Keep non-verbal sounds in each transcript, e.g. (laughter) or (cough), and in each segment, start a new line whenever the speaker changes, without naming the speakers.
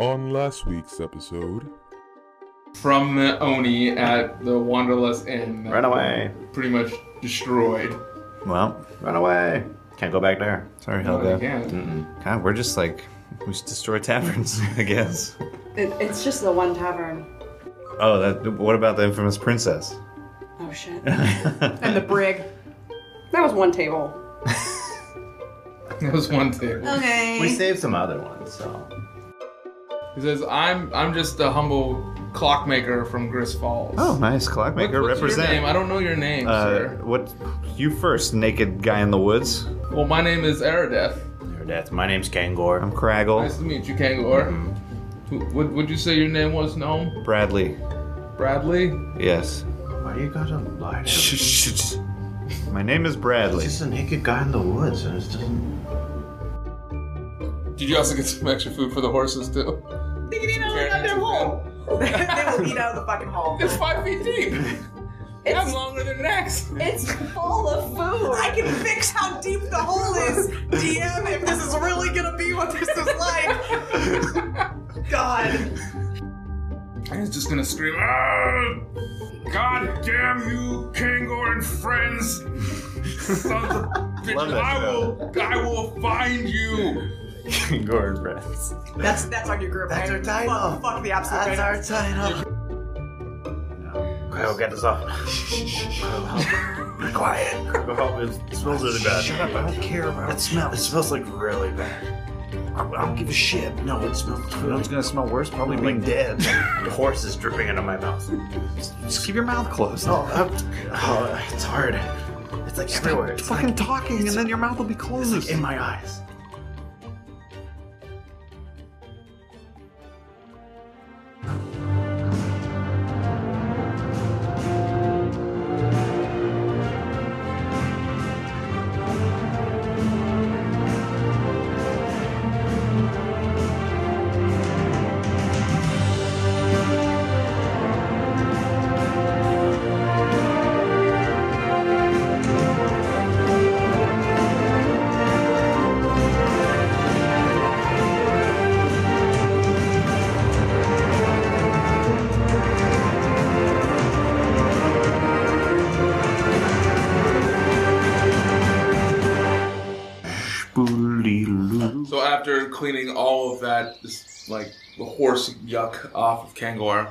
On last week's episode,
from the Oni at the Wanderlust Inn. that
Run away.
Pretty much destroyed.
Well,
Run away. Can't go back there.
sorry,
No, you
Helga.
can't.
God, we're just like we just destroy taverns, (laughs) I guess.
It, it's just the one tavern.
Oh, that. What about the infamous princess?
Oh shit.
And the brig.
That was one table.
That was one table.
Okay.
We saved some other ones, so.
He says, "I'm I'm just a humble clockmaker from Gris Falls."
Oh, nice clockmaker
What- what's
represent.
Your name? I don't know your name,
uh,
sir.
what? You first, naked guy in the woods.
Well, my name is Aradeth.
Your death. My name's Kangor.
I'm Craggle.
Nice to meet you, Kangor.
Mm-hmm.
Wh- What would you say your name was, Gnome?
Bradley.
Bradley?
Yes.
(laughs) Why you gotta lie to
Shh, shh, shh. My name is Bradley.
a naked guy in the woods, and it's just.
Did you also get some extra food for the horses too?
They can eat out of their hole. they will eat out of the fucking hole.
It's five feet
(laughs)
deep. I'm
It's,
longer than (laughs) next.
it's full of food.
I can fix how deep the hole is, DM, if this is really gonna be what this is like. God.
And he's just gonna scream, "Ah! God damn you, Kangor and friends! (laughs) Sons of
Love
bitches!
that
I
show.
will, I will find you!"
Gordon Bradley.
That's that's our new group.
That's our
Fuck-
title.
Fuck, the absolute title.
title. Kyle, get this off. Be quiet. Oh, It smells really bad. Shut up, I don't care about it. smells. It smells like really bad. I I don't give a shit. No, it smells really
It's gonna smell worse, probably
like
being dead.
dead. the horse is dripping into my mouth.
Just keep your mouth closed.
Oh, I'm- oh, it's hard. It's like everywhere. It's
fucking
like
talking, and then your mouth will be closed.
in my eyes.
So after cleaning all of that, this, like the horse yuck off of Kangor,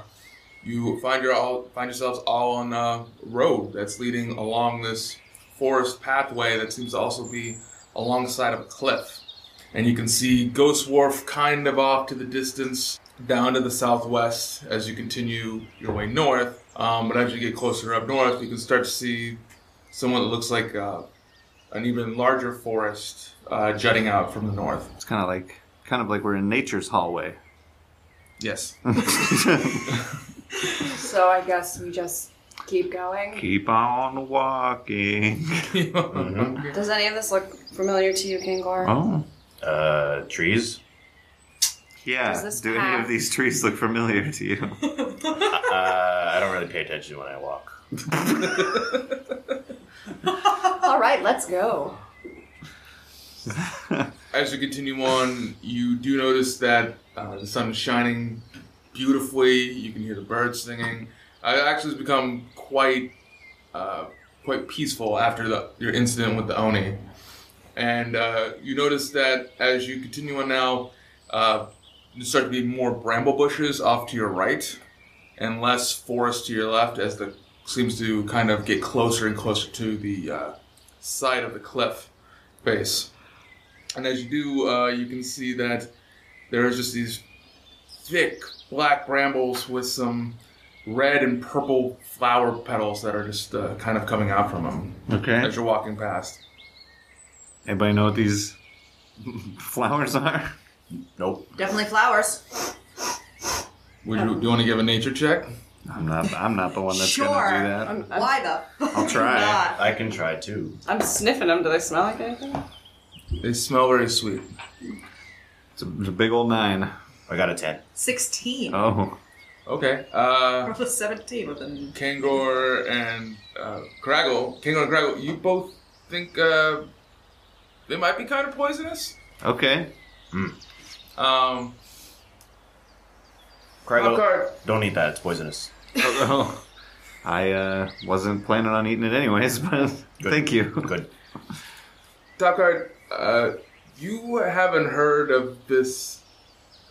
you find your all find yourselves all on a road that's leading along this forest pathway that seems to also be alongside of a cliff, and you can see Ghost Wharf kind of off to the distance down to the southwest as you continue your way north. Um, but as you get closer up north, you can start to see somewhat that looks like uh, an even larger forest uh, jutting out from the north.
It's kind of like, kind of like we're in nature's hallway.
Yes. (laughs)
So I guess we just keep going.
Keep on walking.
Does any of this look familiar to you, Kangor?
Oh,
Uh, trees?
yeah.
Does this
Do any
path-
of these trees look familiar
(laughs)
to you?
Uh, I don't really pay attention when I walk.
All right, let's go.
As you continue on, you do notice that uh, the sun is shining beautifully. You can hear the birds singing. Uh, it actually has become quite, uh, quite peaceful after the, your incident with the Oni. And uh, you notice that as you continue on now, uh, there start to be more bramble bushes off to your right, and less forest to your left, as the seems to kind of get closer and closer to the uh, side of the cliff base. And as you do, uh, you can see that there is just these thick black brambles with some red and purple flower petals that are just uh, kind of coming out from them
Okay.
as you're walking past.
Anybody know what these flowers are?
Nope.
Definitely flowers.
Would you, do you want to give a nature check?
I'm not. I'm not the one that's
Sure.
gonna do that.
I'm, I'm,
Why the fuck
I'll try.
not?
I can try too.
I'm sniffing them. Do they smell like anything?
They smell very sweet.
It's a, it's a big old nine.
I got a 10.
16.
Oh,
Okay. Uh,
Roll a 17 with
Oh.
an
Kangor and uh, Craggle, Kangor and Craggle, you both think uh, they might be kind of poisonous.
okay.
Um, Pop
Crygo,
card.
don't eat that. It's poisonous.
Oh. I uh, wasn't planning on eating it anyways, (laughs) but
Good.
thank you. (laughs)
Good.
Top card. Uh, you haven't heard of this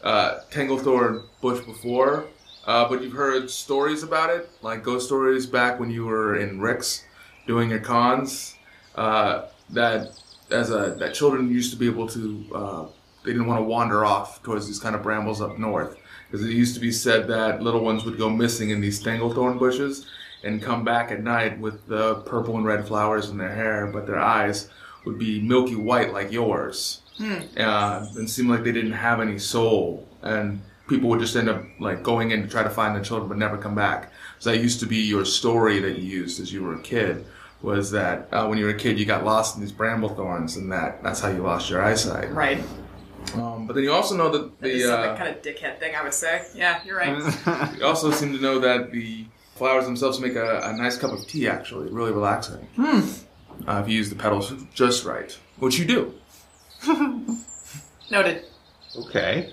uh, Tanglethorn bush before, uh, but you've heard stories about it, like ghost stories back when you were in Rick's doing your cons. Uh, that as a that children used to be able to, uh, they didn't want to wander off towards these kind of brambles up north, because it used to be said that little ones would go missing in these Tanglethorn bushes and come back at night with the purple and red flowers in their hair, but their eyes would be milky white like yours uh, and seemed like they didn't have any soul. And people would just end up like going in to try to find the children, but never come back. So that used to be your story that you used as you were a kid. Was that uh, when you were a kid, you got lost in these bramble thorns, and that that's how you lost your eyesight.
Right.
Um, but then you also know that
That is
the
some
uh,
kind of dickhead thing I would say. Yeah,
(laughs)
you're right.
you also seem to know that the flowers themselves make a, a nice cup of tea. Actually, really relaxing.
Hmm.
Uh, if you use the petals just right, which you do.
Noted.
okay.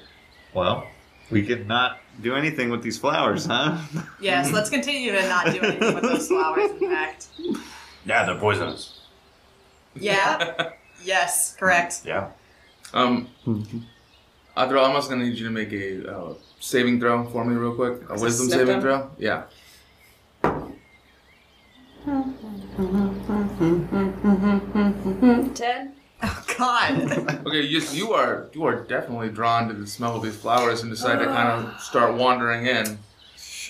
Well, we could not do anything with these flowers, huh?
Yes,
Mm-hmm.
let's continue to not do anything with those flowers, in fact.
Yeah, they're poisonous.
Yeah?
(laughs)
Yes, correct.
Yeah.
Um,
Mm-hmm.
Adro, I'm also gonna need you to make a uh, saving throw for me, real quick. A wisdom
sniff
saving
them?
throw. Yeah.
Ten.
Oh,
(laughs)
God.
Okay. Yes, you are. You are definitely drawn to the smell of these flowers and decide to kind
Ah.
of start wandering in.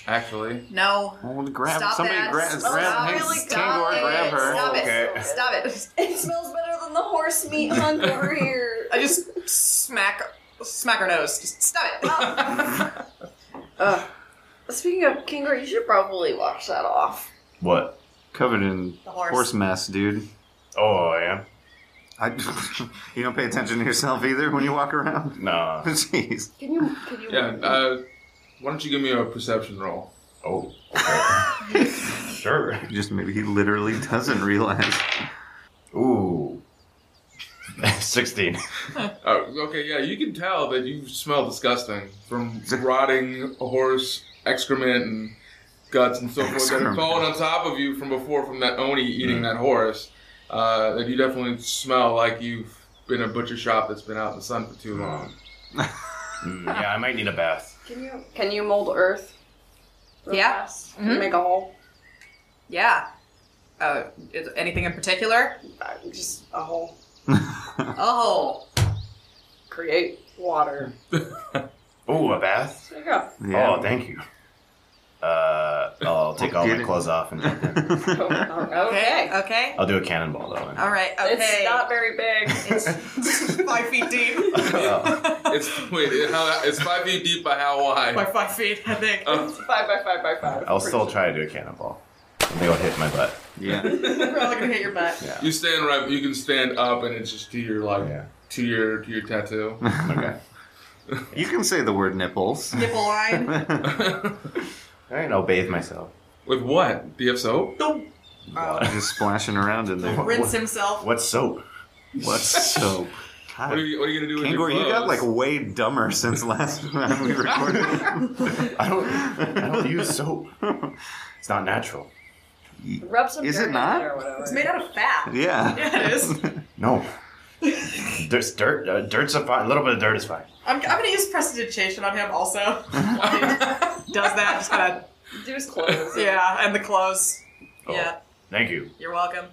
Actually,
No.
(laughs) Well, grab
Stop
somebody,
that.
grab,
Stop
grab,
it. Oh
Tangor,
Stop it.
grab her.
Stop
Okay.
it. Stop it.
(laughs) It smells better than the horse meat
(laughs)
hunt over here.
I just smack smack her nose. Just stop it.
Oh. Ugh. Speaking of Kingra, you should probably wash that off.
What?
Covered in
The horse.
horse. mess, dude.
Oh, I am.
I, (laughs) you don't pay attention to yourself either when you walk around.
(laughs) Nah.
(laughs) Jeez.
Can you? Can you?
yeah. Uh, why don't you give me a perception roll?
Oh. Okay. (laughs) sure.
Just maybe he literally (laughs) doesn't realize.
Ooh. (laughs) Sixteen.
Uh, okay. Yeah, you can tell that you smell disgusting from rotting horse excrement and guts and so forth that are
Excrement.
falling on top of you from before from that oni eating that horse. Uh, that you definitely smell like you've been in a butcher shop that's been out in the sun for too long.
Mm, yeah, I might need a bath.
Can you? Can you mold earth? Real
Yeah.
fast? Make a hole.
(laughs) yeah. Uh, is- anything in particular?
Uh, Just a hole.
Oh,
Create water.
Ooh, a bath.
There you go.
Yeah.
Oh, thank you. Uh, I'll take all
Get
my
it.
clothes off and jump in.
Oh, okay.
okay, okay.
I'll do a cannonball though.
All right, okay.
It's not very big.
(laughs) five feet deep.
(laughs)
Uh,
It's wait, it- how, it's five feet deep by how
by
wide?
five feet, I think.
Oh.
five by five by five.
I'll still try to do a cannonball. I think it'll hit my butt.
(laughs) yeah.
(laughs) You're probably gonna hit your butt.
You stand right. You can stand up, and it's just to your like
Yeah.
to your to your tattoo. (laughs)
Okay.
You can say the word nipples.
Nipple line.
All right, I'll bathe myself.
With what? DF soap?
Just splashing around in there.
Rinse himself.
What soap?
What's so?
What are you, what are you gonna do with your
Angor, you got
clothes?
like way dumber since last (laughs) time we recorded.
(laughs) I don't. I don't use soap. It's not natural.
Rub some
Is it
dirt in
not?
Or whatever.
It's made out of fat.
(laughs)
(laughs)
yeah.
Yeah, it is.
No. There's dirt. Uh, dirt's a fine. A little bit of dirt is fine.
I'm, I'm gonna use prestidigitation on him also.
(laughs)
Does that just kind
Do his clothes.
of yeah, and the clothes.
Oh.
Yeah,
Thank you.
you're welcome.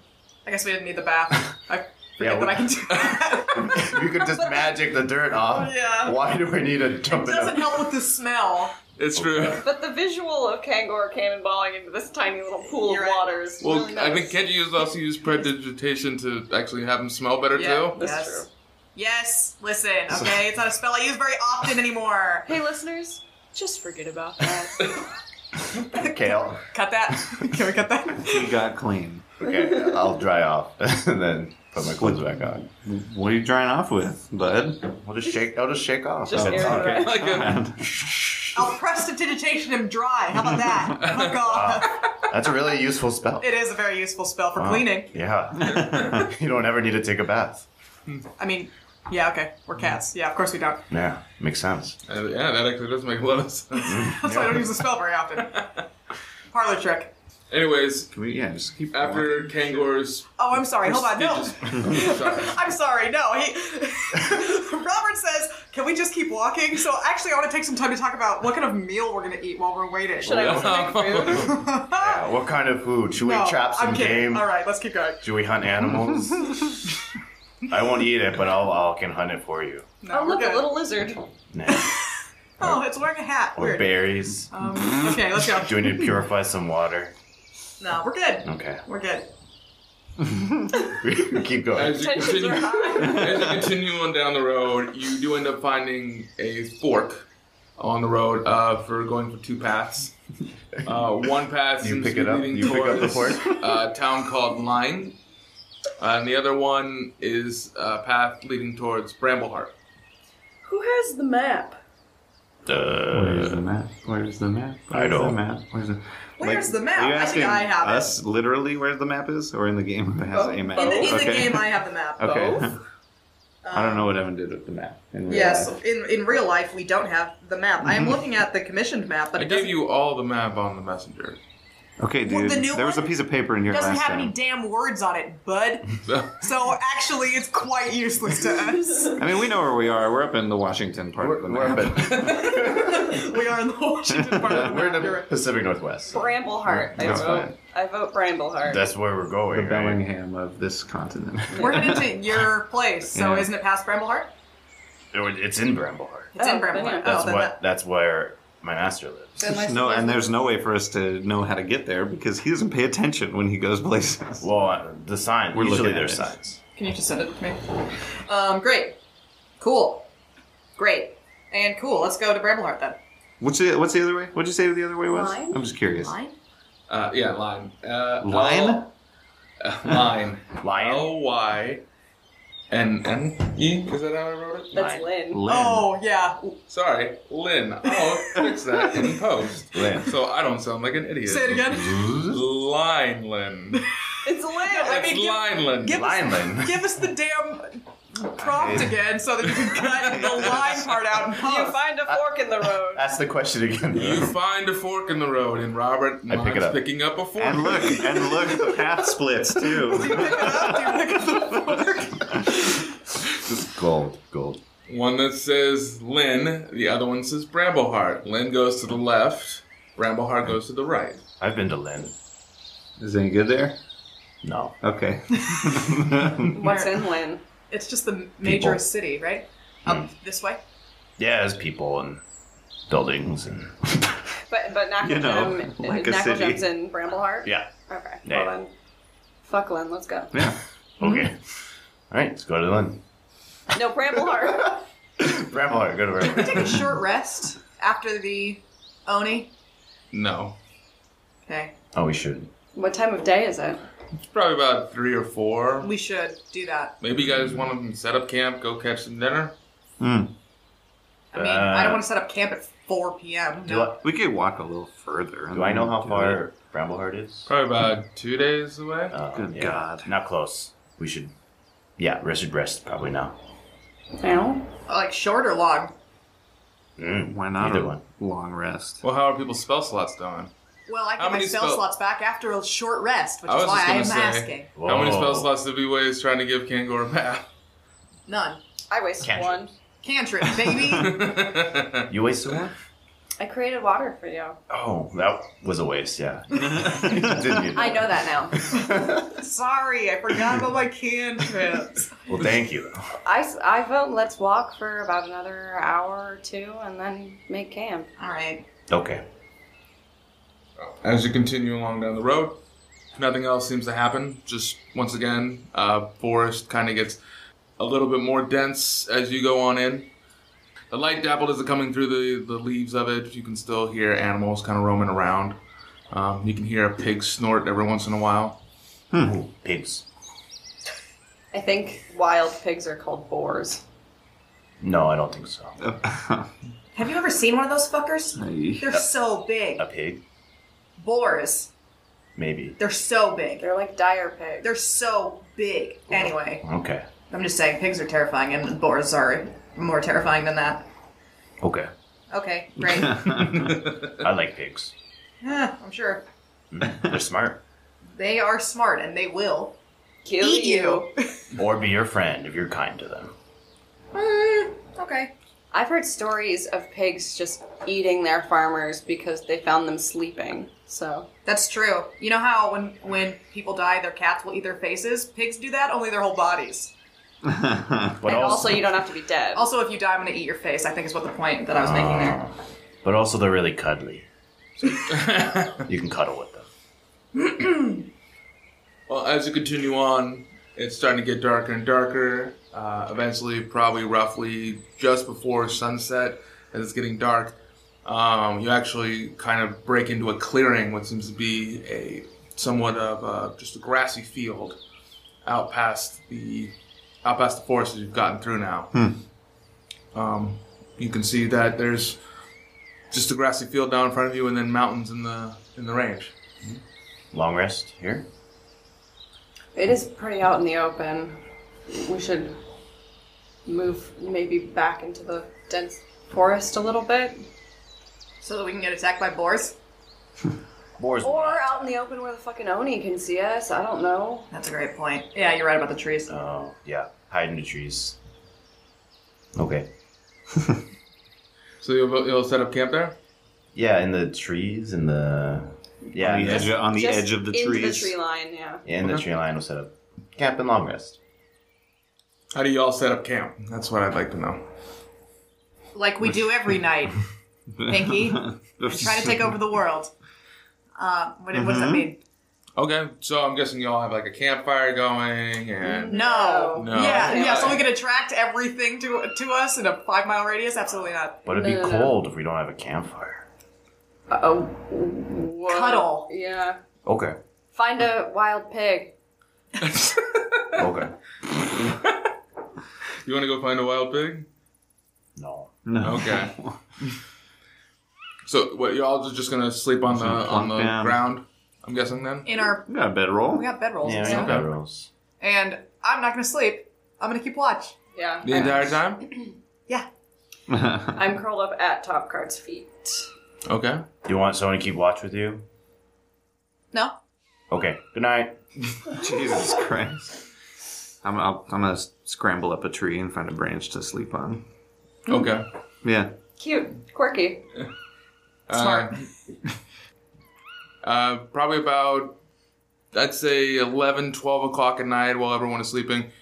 I guess we didn't need the bath. I forget
Yeah,
that
we-
I can do
(laughs)
that.
You could just magic the dirt off.
Yeah.
Why do we need a jump in
(laughs) Doesn't
a
help with the smell.
It's true.
But the visual of Kangor cannonballing into this tiny little pool
You're
of
right.
water is
(laughs) Well,
really
I
nice.
think can't you use, also use prestidigitation to actually have them smell better
Yeah,
too? (laughs)
That's
yes.
true.
Yes, listen, okay? It's not a spell I use very often anymore.
Hey, listeners, just forget about that.
kale? (laughs)
Cut that. Can we cut that?
You got clean.
Okay, I'll dry off (laughs) and then put my clothes back on.
What are you drying off with, bud?
I'll just shake. I'll just shake off.
(laughs)
Oh,
Just air it out.
(laughs)
Like uh, a,
I'll prestidigitation him dry. How about that? Oh, God.
That's a really useful spell.
It is a very useful spell for
Wow.
cleaning.
(laughs) Yeah. you don't ever need to take a bath.
I mean, Yeah, okay. We're cats. Yeah, of course we don't. (laughs)
Yeah, makes sense.
Uh, yeah, that actually does make a lot of sense. (laughs)
That's why I don't use the spell
(laughs)
very often. Parlor trick.
Anyways,
Can we? Yeah, just keep
after
walking.
Kangor's.
Oh, I'm sorry. Hold on. No.
prestigious- Sorry.
(laughs)
(laughs)
I'm sorry. No. He... (laughs) Robert says, can we just keep walking? So actually, I want to take some time to talk about what kind of meal we're going to eat while we're waiting.
Should I
Yeah.
also make food?
Yeah, Uh,
(laughs)
what kind of food? Should
No,
we trap some
I'm kidding.
game?
All right, let's keep going.
Do we hunt
(laughs)
animals? I won't eat it, but I'll I'll can hunt it for you.
No,
oh,
we're
look,
good.
a little lizard.
Nah.
Oh, it's wearing a hat.
Or
Weird.
berries.
Um, okay, let's go.
Do we need to purify some water?
No, we're good.
Okay. (laughs)
We're good.
keep
(laughs)
going.
As you,
Tensions
continue,
are high.
as you continue on down the road, you do end up finding a fork on the road uh, for going for two paths. Uh, one path
You
seems
pick
to
it
be
up.
leading
You pick up the
towards uh,
fork.
a town called Lyne, uh, and the other one is a path leading towards Brambleheart.
(laughs) Who has the map?
Uh,
the map? Where's the map?
I don't-
The map? Where's the...
Where's
Like,
the map?
are you
I think
asking
I have it. Oh,
us literally where the map is, or in the game that has a map?
In, the, in
okay.
the game, I have
(laughs)
the map.
(laughs) Okay.
Both?
(laughs) I don't know what Evan did with the map. in real
Yes,
life.
in in real life, we don't have the map. I am looking at the commissioned map, but
I
it
gave
doesn't,
you all the map on the messenger. (laughs)
Okay,
Well,
dude.
the new
there was a
one
piece of paper in your
doesn't
last
have
time.
any damn words on it, bud.
So,
So actually, it's quite useless to us.
I mean, we know where we are. We're up in the Washington part of the map.
we are in the Washington part
(laughs)
of the
We're in
map. You're
the
right.
Pacific Northwest.
Brambleheart. I
That's
vote.
fine.
I vote Brambleheart.
That's where we're
the
going. right?
Bellingham of this continent.
We're
(laughs)
headed to your place, so
Yeah.
isn't it past Brambleheart?
It- It's in Brambleheart.
It's
Oh,
in Brambleheart.
yeah.
Oh,
That's
then
what. That's where my master lives.
Then let's-
no, and there's no way for us to know how to get there because he doesn't pay attention when he goes places.
Well, uh, the sign.
We're
usually
looking at
there's
it.
signs.
Can you just send it to me? Um, great. Cool. Great. And cool. Let's go to Brambleheart
Mm.
then.
What's the What's the other way? What'd you say the other way was?
Line?
I'm just curious.
uh, yeah, Lyne. Uh,
Line?
L- Lyne.
Lion.
L Y N N E. Is that how I wrote it?
That's Lynn.
Lynn.
Oh yeah.
Sorry, Lynn. I'll fix that in post.
Lynn.
So I don't sound like an idiot.
Say it again.
Line Lynn.
It's Lynn.
I mean,
It's
give-
Line Lynn.
give us-
Lineman.
Give us the damn prompt again so that you can
(laughs)
cut the line part out and
you
post.
find a fork in the road.
Uh,
Ask the question
(laughs)
again.
You find a fork in the road, and Robert
I pick
minds
it up.
picking up a fork.
And look, and look, the path splits
(laughs)
too.
Pick it up, dude. Pick up the fork.
Just gold, gold.
One that says Lynn, the other one says Brambleheart. Lynn goes to the left, Brambleheart goes to the right.
I've been to Lynn.
Is any good there?
No.
Okay.
What's in Lynn?
It's just the major
People. Hmm.
city, right? Up this way.
Yeah, there's people and buildings and
But but Knuckle,
You know,
Jump-
like a
Knuckle
city.
Jump's in Brambleheart?
yeah.
Okay.
Yeah.
Well then, fuck Lynn, let's go.
yeah.
(laughs) Okay. All right, let's go to Lynn.
No, Brambleheart.
Brambleheart, go to
Can we
Brambleheart.
take a short rest after the Oni?
No.
Okay.
oh, we should.
(laughs) what time of day is it?
It's probably about three or four.
We should do that.
Maybe you guys want to set up camp, go catch some dinner?
Mm.
I mean, I
Uh,
don't want to set up camp at 4 p.m.
Do
No.
I,
We could walk a little further.
do I know how far Brambleheart is?
Probably about two days away.
Uh,
Good God.
Not close. We should. Yeah, rest should rest probably now.
Now?
Like short or long?
Mm.
Why not
Either
a
one.
long rest?
Well, how are people's spell slots doing?
Well, I
How
get my
many
spell
spell-
slots back after a short rest, which
I
is
was
why
just
I
gonna
am
say,
asking.
How many
Whoa.
spell slots did we waste trying to give Kangor a map?
None.
I wasted
Cantrip.
one.
Cantrip, baby.
(laughs)
(laughs) You wasted one?
I created water for you.
Oh, that was a waste,
(laughs)
yeah. Didn't you?
I know that now.
Sorry, I forgot about my cantrips.
Well, thank you.
(laughs) I, s- I vote let's walk for about another hour or two and then make camp.
All right.
Okay.
As you continue along down the road, nothing else seems to happen. Just once again, uh, forest kind of gets a little bit more dense as you go on in. The light dappled isn't coming through the, the leaves of it. You can still hear animals kind of roaming around. Um, you can hear a pig snort every once in a while.
Hmm.
Ooh, pigs.
I think wild pigs are called boars.
No, I don't think so.
Have you ever seen one of those fuckers?
(laughs) Hey.
They're so big.
A pig?
Boars.
Maybe.
They're so big.
They're like dire pigs.
They're so big. Anyway,
Okay.
I'm just saying, pigs are terrifying, and boars are more terrifying than that.
Okay.
Okay,
(laughs)
great.
I like pigs.
Yeah, I'm sure
They're smart.
they are smart, and they will
Kill
eat you.
Or be your friend if you're kind to them.
Mm, okay.
I've heard stories of pigs just eating their farmers because they found them sleeping. So
That's true. You know how when when people die, their cats will eat their faces. Pigs do that, only their whole bodies.
But
and also, you don't have to be dead.
Also, if you die, I'm gonna eat your face. I think is what the point that I was making there.
but also they're really cuddly.
(laughs)
So you can cuddle with them.
Well, as you continue on, it's starting to get darker and darker. Uh, eventually, probably roughly just before sunset, as it's getting dark, um, you actually kind of break into a clearing, what seems to be a somewhat of uh just a grassy field out past the out past the forest that you've gotten through now. Um, you can see that there's just a grassy field down in front of you, and then mountains in the in the range.
Long rest here.
It is pretty out in the open. We should move maybe back into the dense forest a little bit.
So that we can get attacked by boars.
Boars.
Oh.
Or out in the open where the fucking Oni can see us. I don't know.
That's a great point. Yeah, you're right about the trees.
Oh yeah, hide in the trees. Okay.
So you'll, you'll set up camp there.
Yeah, in the trees, in the yeah,
on the, edge, on the
Just
edge of the
into
trees.
the tree line, yeah.
in the tree line. We'll set up camp and long rest.
How do y'all set up camp? That's what I'd like to know.
Like we do every (laughs) night.
(laughs)
Pinky, trying to
(laughs)
take over the world. Uh, what, what
Mm-hmm.
does that mean?
Okay, so I'm guessing y'all have like a campfire going, and
No.
No.
Yeah,
No.
yeah. So we can attract everything to to us in a five mile radius. Absolutely not.
But it'd be
No, no, no.
cold if we don't have a campfire.
Uh-oh. Whoa.
Cuddle.
Yeah.
Okay.
Find a wild pig.
Okay.
(laughs) you want to go find a wild pig?
(laughs) No.
No.
Okay. so what y'all just- just gonna sleep on the
gonna
on the
plunk down.
ground? I'm guessing then.
In our
We (laughs) got a bedroll.
we got bedrolls.
Yeah,
and
we
stuff.
have bedrolls.
and I'm not gonna sleep. I'm gonna keep watch.
Yeah.
The entire time.
(laughs)
I'm curled up at Top Card's feet.
Okay.
Do you want someone to keep watch with you?
No.
Okay. Good night.
Jesus Christ. I'm, I'll, I'm gonna s- scramble up a tree and find a branch to sleep on.
Okay.
Yeah.
Cute. Quirky.
Smart.
Uh, uh, probably about I'd say 11, 12 o'clock at night while everyone is sleeping.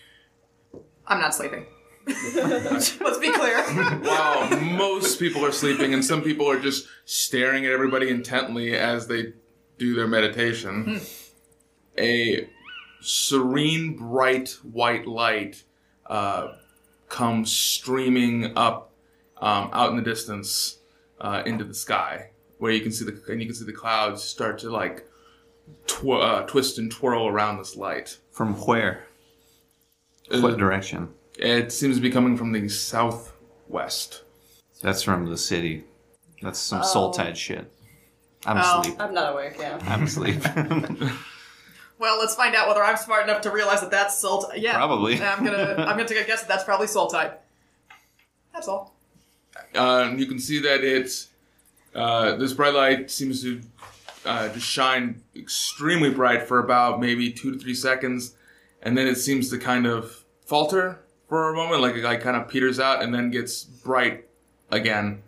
I'm not sleeping. Let's be clear.
While most people are sleeping, and some people are just staring at everybody intently as they do their meditation, a serene, bright white light uh, comes streaming up um, out in the distance uh, into the sky, where you can see the and you can see the clouds start to like tw- uh, twist and twirl around this light.
From where? What direction?
It seems to be coming from the southwest.
That's from the city. That's some soul tide shit. I'm
Oh.
asleep.
I'm not awake, yeah. (laughs)
(laughs)
I'm asleep.
well, let's find out whether I'm smart enough to realize that that's soul. Yeah.
Probably.
I'm gonna I'm gonna take a guess that that's probably soul tide. That's all.
Uh, you can see that it's uh, this bright light seems to uh, just shine extremely bright for about maybe two to three seconds, and then it seems to kind of falter for a moment, like it like, kind of peters out and then gets bright again,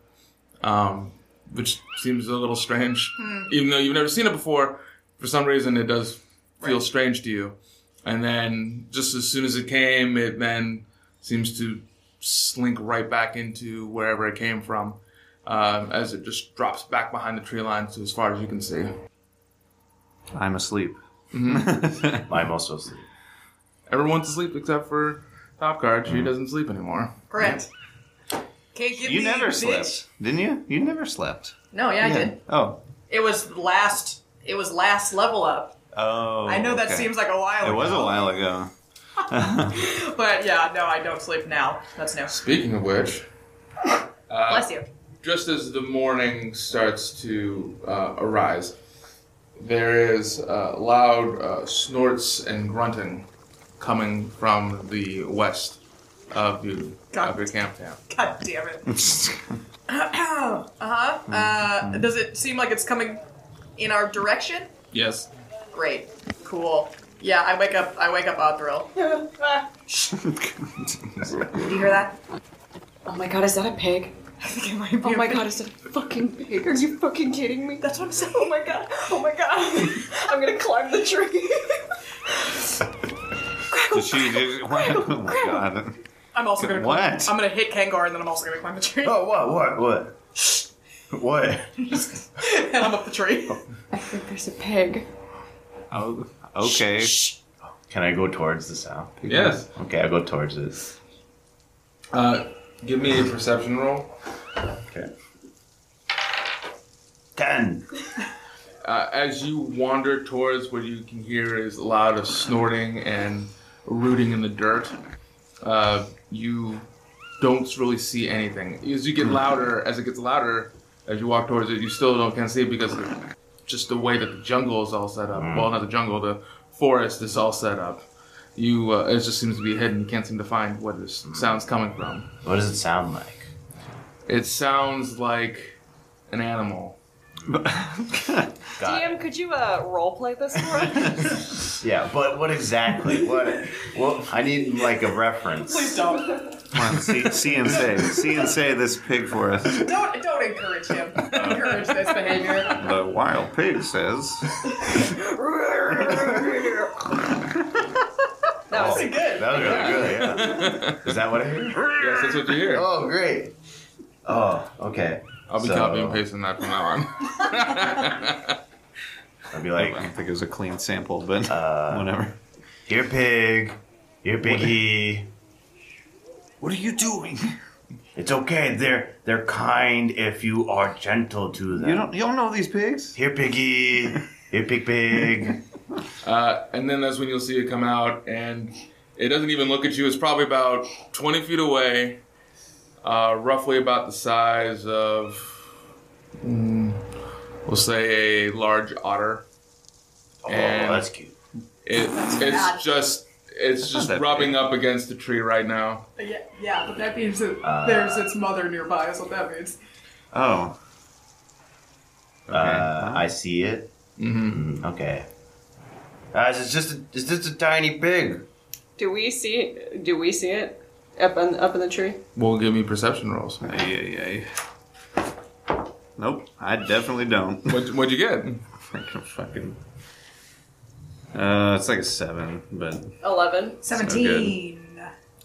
um, which seems a little strange. Even though you've never seen it before, for some reason it does feel strange to you. And then just as soon as it came, it then seems to slink right back into wherever it came from um, as it just drops back behind the tree line to as far as you can see.
I'm asleep.
I'm also asleep.
Everyone's asleep except for Top Card. She doesn't sleep anymore.
Correct. Can't give
You
me
never
bitch.
slept, didn't you? You never slept.
No, yeah, I did.
Oh.
It was last. It was last level up.
Oh.
I know that
okay.
seems like a while.
It
ago,
was a while ago. (laughs)
(laughs) But yeah, no, I don't sleep now. That's new.
Speaking of which,
Uh,
Bless you.
just as the morning starts to uh, arise, there is uh, loud uh, snorts and grunting coming from the west of your, of your camp town.
God damn it. uh-huh. Uh, does it seem like it's coming in our direction?
Yes.
Great. Cool. Yeah, I wake up. I wake up, Oddrill.
Ah.
Did you hear that? (laughs)
Oh my god, is that a pig?
I think it might
Oh
be a
my
bit-
god, is that a fucking pig? Are you fucking kidding me?
That's what I'm saying. Oh my god. Oh my god. I'm gonna climb the tree.
(laughs) Did she? (laughs) Did, what? Oh my god!
I'm also gonna. Climb.
What?
I'm gonna hit Kangar and then I'm also gonna climb the tree.
Oh, what, what,
(laughs)
what? What?
(laughs) and I'm up the tree.
I think there's a pig.
Oh, okay.
Can I go towards the south?
Yes.
Okay, I'll go towards it.
Uh, give me a perception roll.
Okay.
Ten.
Uh, as you wander towards what you can hear is a lot of snorting and rooting in the dirt, uh, you don't really see anything. As you get louder, as it gets louder, as you walk towards it, you still don't can see it because of just the way that the jungle is all set up. Well, not the jungle, the forest is all set up. You, uh, it just seems to be hidden. You can't seem to find where this sound's coming from.
What does it sound
(laughs)
like?
It sounds like an animal.
Got it.
DM, could you uh, roleplay this for us? (laughs)
Yeah, but what exactly? What? Well, I need like a reference.
Please don't.
Come on, see, see and say, see and say this pig for us.
Don't don't encourage him. Don't encourage this behavior.
The wild pig says.
that
Oh.
was
That's good.
Oh, That was really good.
(laughs)
Yeah. Is that what I heard?
Yes, that's what you hear.
(laughs)
Oh, great. Oh, okay.
I'll be
So-
copying and pasting that from now on. (laughs)
I'll be
I
like,
don't think it was a clean sample, but whatever.
"Here, pig. Here, piggy.
(laughs) What are you doing?
It's okay. They're they're kind if you are gentle to them.
You don't, you don't know these pigs?
Here, piggy.
(laughs)
Here, pig, pig.
Uh, and then that's when you'll see it come out, and it doesn't even look at you. It's probably about 20 feet away, uh, roughly about the size of, mm, we'll say, a large otter.
Oh,
And-
that's cute.
It, it's just it's just
not that
rubbing up against the tree right now.
Yeah, yeah, but that means that
Uh,
there's its mother nearby. Is what that means.
Oh. Okay.
Uh, I see it.
Mm-hmm.
Mm, Okay. Guys, it's just a, it's just a tiny pig.
Do we see? Do we see it up on up in the tree?
Well, give me perception rolls.
Ay, ay, ay. Nope, I definitely don't. (laughs)
What, what'd you get?
Freaking fucking. Uh, it's like a seven, but
Eleven.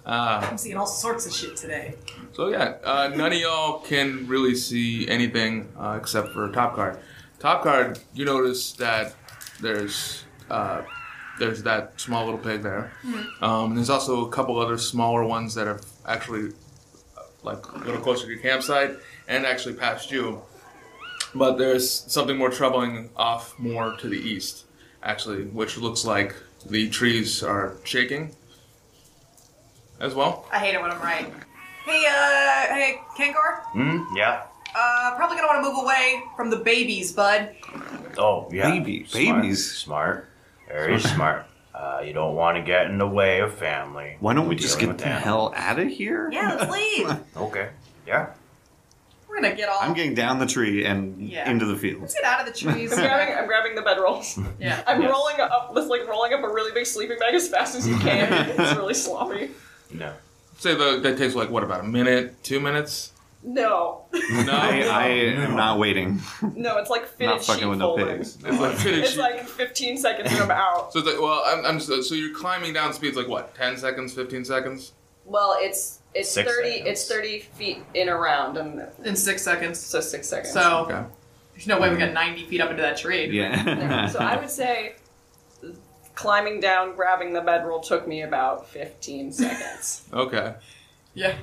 Uh,
I'm seeing all sorts of shit today.
So yeah, uh, none of y'all can really see anything uh, except for Top Card. Top Card, you notice that there's uh, there's that small little pig there. Um, there's also a couple other smaller ones that have actually uh, like a little closer to your campsite and actually past you. But there's something more troubling off more to the east, actually, which looks like the trees are shaking as well.
I hate it when I'm right. Hey, uh, hey, Kangar.
Hmm? Yeah.
Uh, probably gonna want to move away from the babies, bud.
Oh, yeah.
Baby-
Smart.
babies.
Smart. Very smart. Uh, you don't want to get in the way of family.
why don't we just
Dealing
get
with
the
that.
hell out of here?
Yeah,
(laughs)
let's leave.
Okay. Yeah.
(laughs) We're gonna get all.
I'm getting down the tree and
Yeah.
into the field.
Let's get out of the trees. (laughs)
(laughs)
I'm grabbing, I'm grabbing the bedrolls.
yeah.
I'm rolling up, was like rolling up a really big sleeping bag as fast
(laughs)
as you can. it's really sloppy.
No.
Say the, that takes like what about a minute, two
(laughs)
minutes?
No, (laughs)
No,
I, I am not waiting.
no, it's like fitted
not
sheet
fucking with no
folding.
pigs.
it's like finish.
It's like 15 seconds and I'm out.
so it's like well, I'm, I'm so, so you're climbing down speeds like what, ten seconds, fifteen seconds?
Well, it's it's
Six
30
seconds.
it's 30 feet in a round, and
In six seconds.
so six seconds.
So
Okay.
there's no way we got 90 feet up into that tree.
(laughs)
Yeah.
so I would say climbing down, grabbing the bedroll took me about 15 seconds.
Okay. (laughs)
Yeah.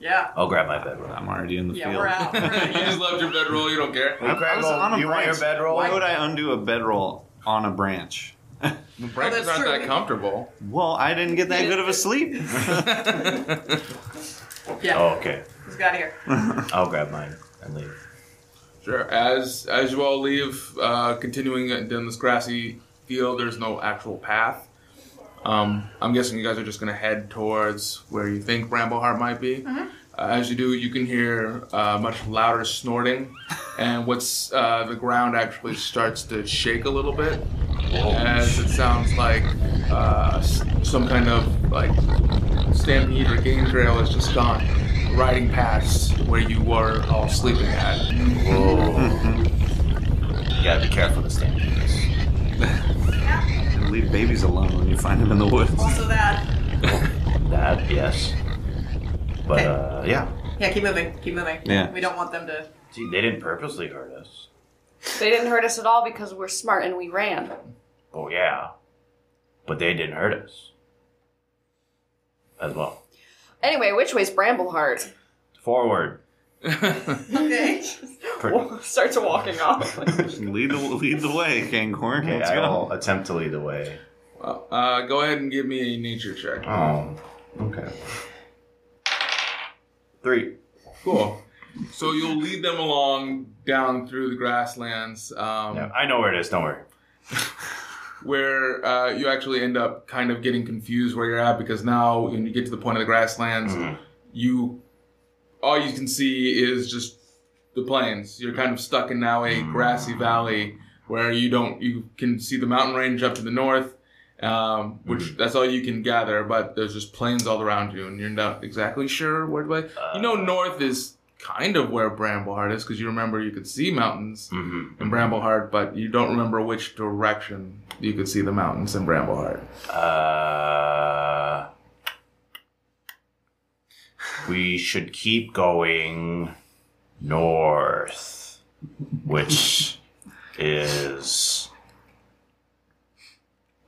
Yeah.
I'll grab my bedroll.
I'm already in the
Yeah,
field.
we're
(laughs)
out. We're
you
out.
just left your bedroll. You don't care.
I- I
grab
was
a-
on a
you want your
branch.
bedroll?
Why would I undo a bedroll on a branch?
The branches
that's
aren't
true.
that comfortable.
Well, I didn't get that
You
good of a sleep.
yeah.
Oh, okay.
Just got here.
I'll grab mine and leave.
Sure. As as you all leave, uh, continuing down this grassy field, there's no actual path. Um, I'm guessing you guys are just going to head towards where you think Brambleheart might be. Uh, as you do, you can hear uh, much louder snorting, and what's uh, the ground actually starts to shake a little bit, as it sounds like uh, s- some kind of like stampede or game trail has just gone riding past where you were all sleeping at.
You gotta be careful to stand in this.
And (laughs) leave babies alone when you find them in the woods.
Also that.
That, yes. But,
Okay.
uh, yeah.
Yeah, keep moving. Keep moving.
Yeah.
We don't want them to.
See, they didn't purposely hurt us.
They didn't hurt us at all because we're smart and we ran.
Oh, yeah. But they didn't hurt us. As well.
Anyway, which way's (laughs) Brambleheart?
Forward.
Okay.
Per-
Starts walking off.
(laughs) lead the lead the way, Kanghorn.
okay,
Let's
I
go.
will attempt to lead the way.
Well, uh, go ahead and give me a nature check.
Oh, okay. Three.
Cool. So you'll lead them along down through the grasslands, um,
Yeah, I know where it is. Don't worry.
where uh, you actually end up kind of getting confused where you're at because now when you get to the point of the grasslands,
Mhm.
you all you can see is just the plains. You're kind of stuck in now a grassy valley where you don't you can see the mountain range up to the north, um, which that's all you can gather. But there's just plains all around you, and you're not exactly sure where to play. you know, north is kind of where Brambleheart is because you remember you could see mountains
Mm-hmm.
in Brambleheart, but you don't remember which direction you could see the mountains in Brambleheart.
Uh, we should keep going north, which is.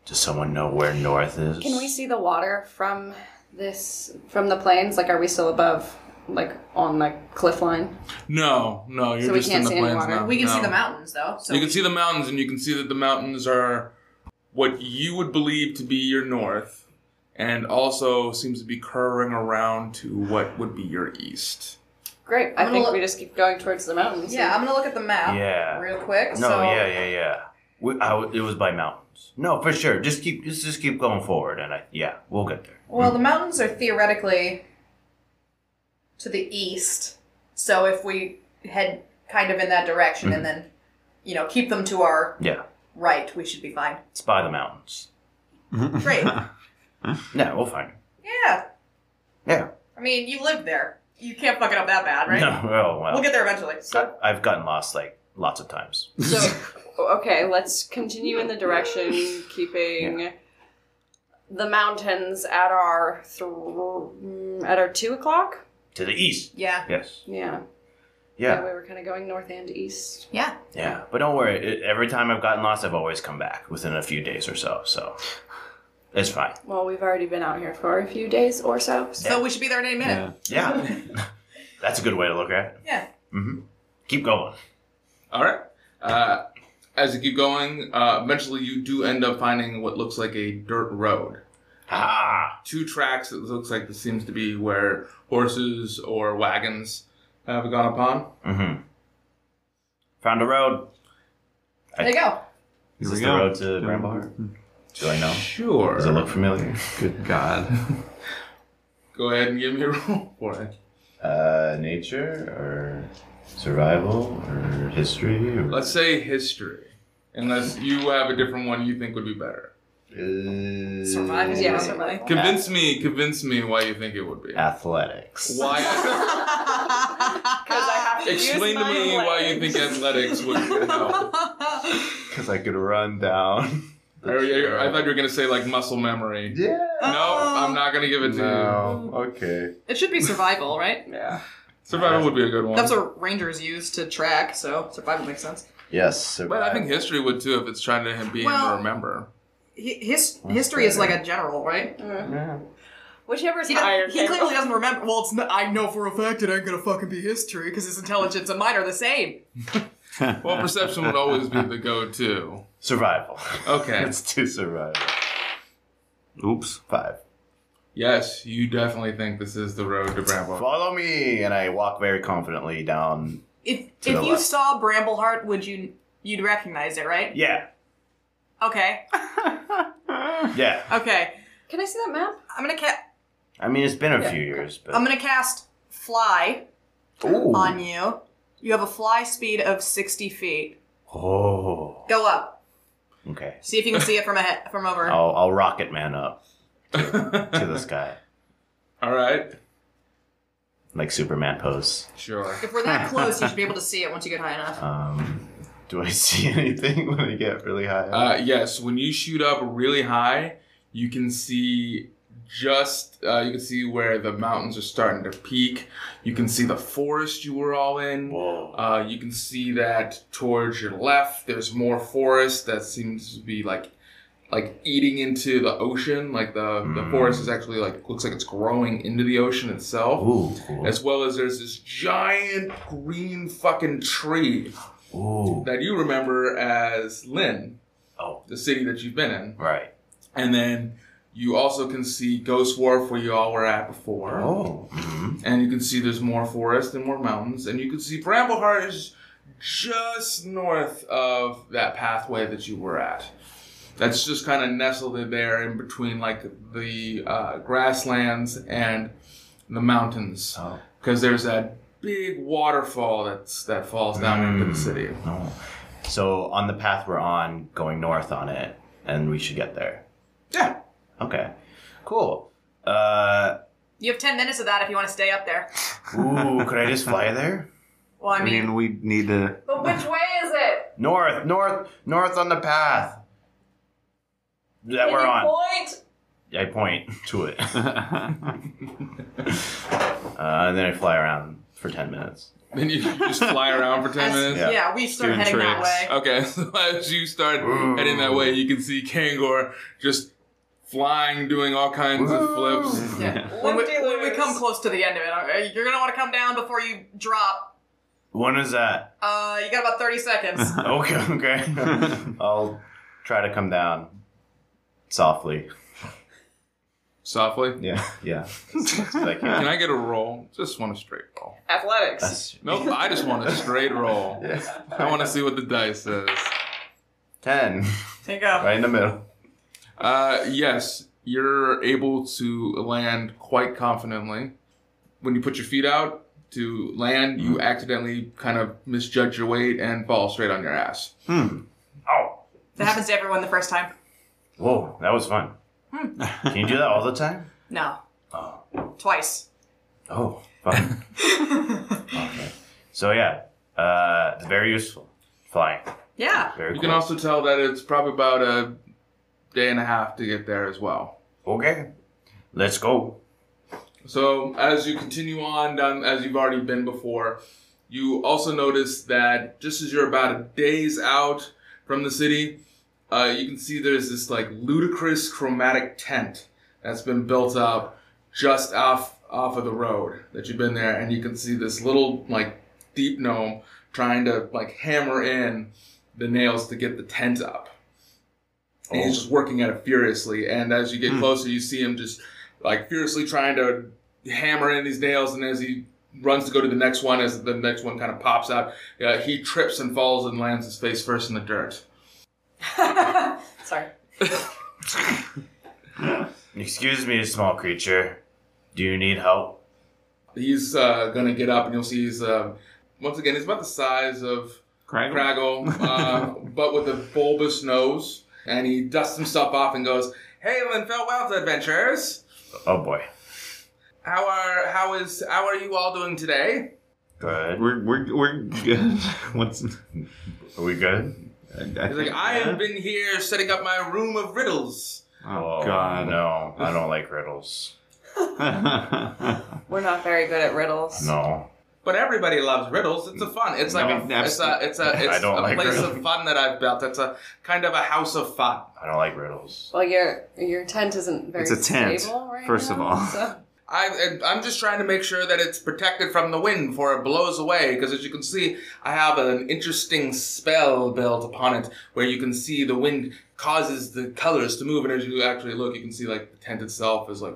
Does someone know where north is?
Can we see the water from this from the plains? Like, are we still above, like on the cliff line?
No, no, you're
So we
just
can't
in the
see any
plains
water?
now.
We can see
No.
the mountains though. So
you can see the mountains, and you can see that the mountains are what you would believe to be your north, and also seems to be curving around to what would be your east.
Great.
I'm
I
gonna
think
look-
we just keep going towards the mountains.
Yeah, I'm gonna look at the map.
Yeah.
Real quick.
No,
so
yeah, yeah, yeah. We, I, w- it was by mountains. No, for sure. Just keep, just, just keep going forward, and I, yeah, we'll get there.
Well, the mountains are theoretically to the east. So if we head kind of in that direction and
Mm-hmm.
then, you know, keep them to our
Yeah,
right, we should be fine.
it's by the mountains. (laughs)
Great.
Yeah, we'll find it.
yeah.
Yeah.
I mean, you live there. You can't fuck it up that
(laughs)
bad, right?
No, well, Oh, well.
We'll get there eventually. So
I- I've gotten lost like lots of times.
So, okay, let's continue in the direction keeping the mountains at our th- at our two o'clock.
To the east.
yeah.
Yes.
Yeah. That
Yeah.
way we're kind of going north and east.
Yeah.
Yeah. But don't worry. It, every time I've gotten lost, I've always come back within a few days or so. So it's fine.
Well, we've already been out here for a few days or so. so-
So we should be there in any minute.
Yeah. That's a good way to look at it.
Yeah.
Keep going.
All right. Uh, as you keep going, uh, eventually you do end up finding what looks like a dirt road.
Ah.
two tracks it looks like this seems to be where horses or wagons have gone upon.
Mm-hmm. Found a road.
There you go.
Here
Is
we
this
go.
the road to Brambar? Do I know?
Sure.
Does it look familiar?
Mm. Good God.
Go ahead and give me a (laughs) roll for it.
Uh, nature or survival or history? Or...
Let's say history. Unless you have a different one you think would be better.
Survival.
yeah,
(laughs)
somebody.
Convince me, convince me why you think it would be.
Athletics.
Why
Because I have to
explain to me why you think athletics would
(laughs)
help.
Because I could run down. (laughs)
I, I- I thought you were gonna say like muscle memory.
Yeah.
(laughs) No, I'm not gonna give it to you.
Okay.
It should be survival, right?
Yeah.
Survival would be a good one.
That's what rangers use to track, so survival makes sense.
Yes.
but I think history would too if it's trying to be able to
Well-
remember.
Hi- His, history is like a general, right?
Mm-hmm.
Whichever is
He,
higher.
doesn't- he clearly doesn't remember. Well, it's not, I know for a fact it ain't gonna fucking be history because his intelligence and mine are the same.
Well, perception would always be the go-to.
survival.
Okay.
(laughs) It's two survival.
Oops.
Five.
Yes, you definitely think this is the road to Bramble.
Follow me, and I walk very confidently down.
If
To
if
the
you
left.
saw Brambleheart, would you you'd recognize it, right?
Yeah.
Okay,
Yeah.
okay.
Can I see that map?
I'm gonna ca-
I mean, it's been a
Yeah,
few
okay.
years, but
I'm gonna cast fly
Ooh.
on you. You have a fly speed of 60 feet.
oh,
Go up.
okay.
See if you can see it from ahead, from over.
I'll I'll rocket man up to the sky (laughs)
All right.
like Superman pose.
Sure.
If
(laughs)
we're that close, you should be able to see it once you get high enough.
Um, do I (laughs) see anything when I get really high? up?
Uh, yes, when you shoot up really high, you can see just uh, you can see where the mountains are starting to peak. You can see the forest you were all in.
Whoa.
Uh, you can see that towards your left, there's more forest that seems to be like like eating into the ocean. Like the the forest is actually like looks like it's growing into the ocean itself.
Ooh, cool.
As well as there's this giant green fucking tree
Ooh.
that you remember as Lynn,
Oh,
the city that you've been in.
right.
And then you also can see Ghost Wharf where you all were at before.
Oh. mhm.
And you can see there's more forest and more mountains. And you can see Brambleheart is just north of that pathway that you were at. That's just kind of nestled in there in between like the uh, grasslands and the mountains.
Oh.
Because there's that big waterfall that's that falls down into
Mm.
the city.
No. So on the path we're on, going north on it, and we should get there.
Yeah.
Okay. Cool. Uh,
You have 10 minutes of that if you want to stay up there.
ooh, could I just fly there?
Well, I
I
mean,
mean, we need to.
but which way is it?
North, north, north on the path that we're on.
Point.
I point to it, uh,
I
and then I fly around for ten minutes.
Then you just fly around for 10 minutes.
yeah.
Yeah.
we start
Doing
heading that
tricks.
way.
Okay, (laughs) so as you start heading that way, you can see Kangor just flying, doing all kinds of flips.
Yeah. When, we, when we come close to the end of it, uh, you're gonna want to come down before you drop.
When is that? (laughs)
Uh, you got about 30 seconds.
Okay, okay. I'll try to come down softly.
Softly.
Yeah, yeah.
Can
Like,
(laughs)
yeah.
I get a roll? Just want a straight roll.
Athletics.
That's-
Nope, I just want a straight roll. I want to see what the dice says.
Ten,
Take off.
right in the middle.
Uh, yes, you're able to land quite confidently. When you put your feet out to land, you accidentally kind of misjudge your weight and fall straight on your ass.
Oh,
That happens to everyone the first time.
whoa, that was fun. Can you do that all the time?
No. Twice.
Oh, fun. okay. So yeah, uh, it's very useful. Flying,
Yeah.
very
You
cool.
can also tell that it's probably about a day and a half to get there as well.
okay, let's go.
So as you continue on down as you've already been before, you also notice that just as you're about a days out from the city, uh, you can see there's this like ludicrous chromatic tent that's been built up just off off of the road that you've been there, and you can see this little like deep gnome trying to like hammer in the nails to get the tent up. And he's just working at it furiously. And as you get closer, you see him just like furiously trying to hammer in these nails. And as he runs to go to the next one, as the next one kind of pops out, uh, he trips and falls and lands his face first in the dirt.
(laughs) Sorry.
Excuse me, small creature. Do you need help?
He's uh, gonna get up, and you'll see he's uh, once again he's about the size of
Craggle?
Craggle, uh, but with a bulbous nose. And he dusts himself off and goes, "Hey, Linfell Wealth Adventurers,
Oh boy,
how are how is how are you all doing today?"
good.
We're we're we're good. (laughs) What's?
Are we good?
I,
He's like, I have been here setting up my room of riddles.
Oh God,
no, I don't like riddles.
We're not very good at riddles.
No,
But everybody loves riddles. It's a fun. It's like
No,
a, it's a it's a it's
(laughs) I don't
a
like
place
riddles.
of fun that I've built. It's a kind of a house of fun.
I don't like riddles.
Well, your your tent isn't very
It's a tent,
stable right
first of
now,
all.
so-
I, and I'm just trying to make sure that it's protected from the wind before it blows away. Because as you can see, I have an interesting spell built upon it where you can see the wind causes the colors to move. And as you actually look, you can see like the tent itself is like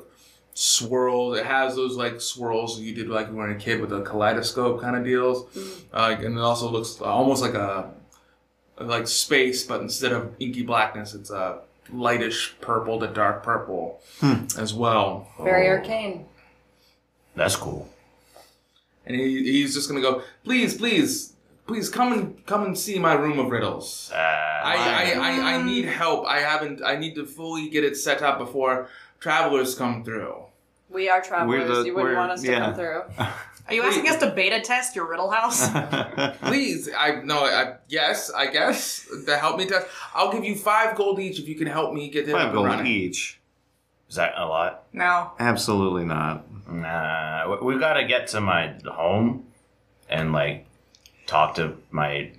swirled. It has those like swirls that you did like when you were a kid with a kaleidoscope kind of deals. Uh, and it also looks almost like a like space, but instead of inky blackness, it's a lightish purple to dark purple as well.
Very
Oh.
arcane.
That's cool.
And he, he's just gonna go, please, please, please come and come and see my room of riddles.
Uh,
I, I, I, I need help. I haven't. I need to fully get it set up before travelers come
(laughs)
through.
We are travelers.
We're the-
you wouldn't
we're-
want us to
yeah.
come through.
Are you asking us to beta test your riddle
(laughs)
house?
Please, I no, I yes, I guess to help me test. I'll give you five gold each if you can help me get it up
Five
and
gold
running.
each.
is that a lot?
no.
Absolutely not. (laughs)
Nah, we- we gotta get to my home and like talk to my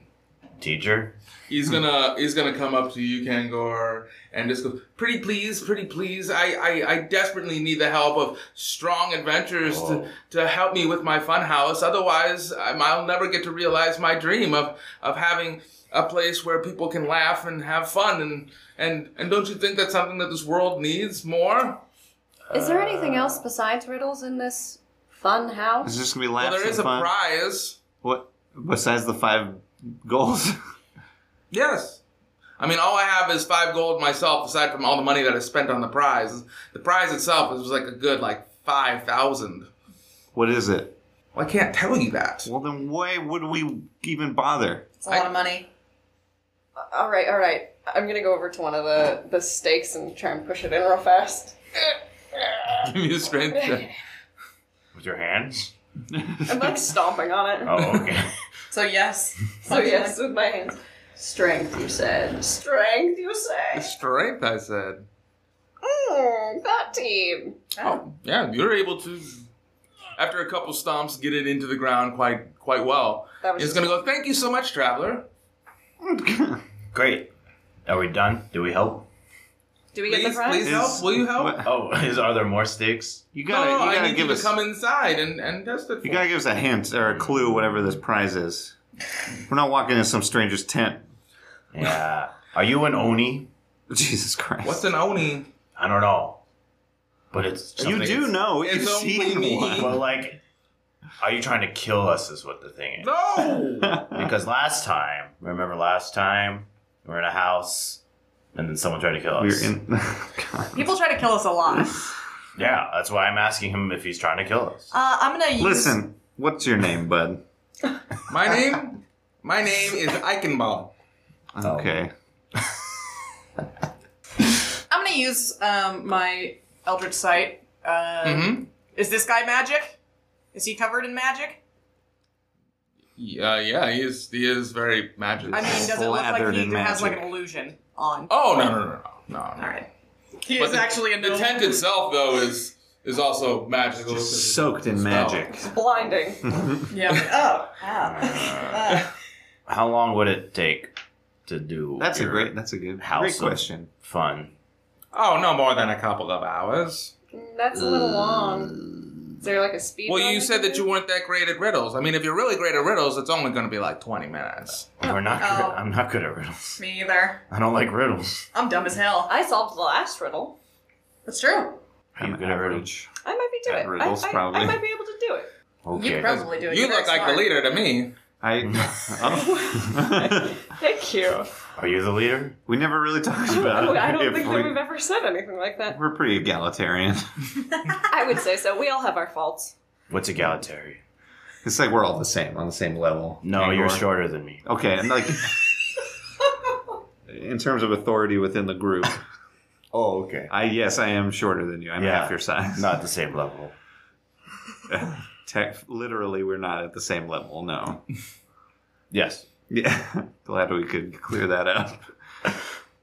teacher.
He's gonna he's gonna come up to you, Kangor, and just go, pretty please, pretty please. I, I, I desperately need the help of strong adventurers
Oh.
to, to help me with my fun house. Otherwise, I'm, I'll never get to realize my dream of of having a place where people can laugh and have fun. And and and don't you think that's something that this world needs more?
Is there anything else besides riddles in this fun
It's
house?
just gonna be
Well,
laughs
there
and
is a
fun.
prize.
What besides the five goals? (laughs)
Yes. I mean, all I have is five gold myself, aside from all the money that I spent on the prize. The prize itself was like a good, like, 5,000.
what is it?
Well, I can't tell you that. (laughs)
Well, then why would we even bother? (laughs)
It's a lot of money.
All right, all right. I'm gonna go over to one of the the stakes and try and push it in real fast.
Give me a strength uh, check.
(laughs)
With your hands?
I'm
(laughs)
like stomping on it.
Oh, okay.
So yes.
So yes, with my hands. Strength, you said. Strength, you say.
Strength, I said.
Mm, that team.
Oh, yeah, you're able to, after a couple stomps, get it into the ground quite quite well.
That was
It's going to go, thank you so much, traveler.
Great. Are we done? Do we help?
Do we get
Please,
the prize?
please help. Will you help?
What-
Oh, is are there more sticks?
You
No,
gotta,
no,
you
I
gotta
need you
give
to
us.
come inside and, and test it. For
You gotta give us a hint or a clue, whatever this prize is. We're not walking in some stranger's tent.
Yeah. Are you an Oni?
Jesus Christ!
What's an Oni?
I don't know. But it's
you
something-
do know
it's
you've
only
seen
me.
one.
Well, like, are you trying to kill us? Is what the thing is.
(laughs)
No!
Because last time, remember last time, we were in a house, and then someone tried to kill us.
We're in.
People try to kill us a lot.
Yeah, that's why I'm asking him if he's trying to kill us.
Uh, I'm gonna use.
Listen, what's your name, bud?
My name? My name is Eichenbaum.
Okay.
I'm gonna use um, my Eldritch Sight. Uh,
Mhm.
Is this guy magic? Is he covered in magic?
Yeah, yeah, he is. He is very magical.
I mean, does it look like
Slathered
he
in
has like an
magic.
illusion on?
oh no, no, no, no, no, no.
All right. He
But
is
the-
actually a
The
gnome.
tent itself, though, is is also magical.
Just soaked in magic.
Blinding.
Yeah. oh. Wow.
How long would it take to do?
That's a
your
great. That's a good. Great
House of-
question.
fun.
Oh, no more than a couple of hours.
That's a little long. Is there like a speed?
Well,
bump I
you said
can
that
do?
you weren't that great at riddles. I mean, if you're really great at riddles, it's only going to be like 20 minutes.
We're not.
Oh.
Good, I'm not good at riddles.
Me either.
I don't like riddles.
I'm dumb as hell.
I solved the last riddle.
That's true.
Are you
I'm
good at riddles?
average.
I might be doing
At
it.
riddles,
I, I,
probably.
I might be able to do it.
You
Okay.
could probably do it.
You
You're
look
very
like the
smart.
leader to me.
(laughs) I. Oh.
Thank
(laughs)
you.
Are you the leader?
we never really talked about.
(laughs) I don't
if
think
we,
that we've ever said anything like that.
(laughs) We're pretty egalitarian. (laughs)
I would say so. We all have our faults.
What's egalitarian?
It's like we're all the same on the same level.
No,
Angor.
you're shorter than me.
Okay, and like in terms of authority within the (laughs) group,
Oh, okay.
I yes, I am shorter than you. I'm
Yeah.
half your size.
Not at the same level.
Tech, literally, we're not at the same level. No. (laughs)
Yes.
Yeah. Glad we could clear that up.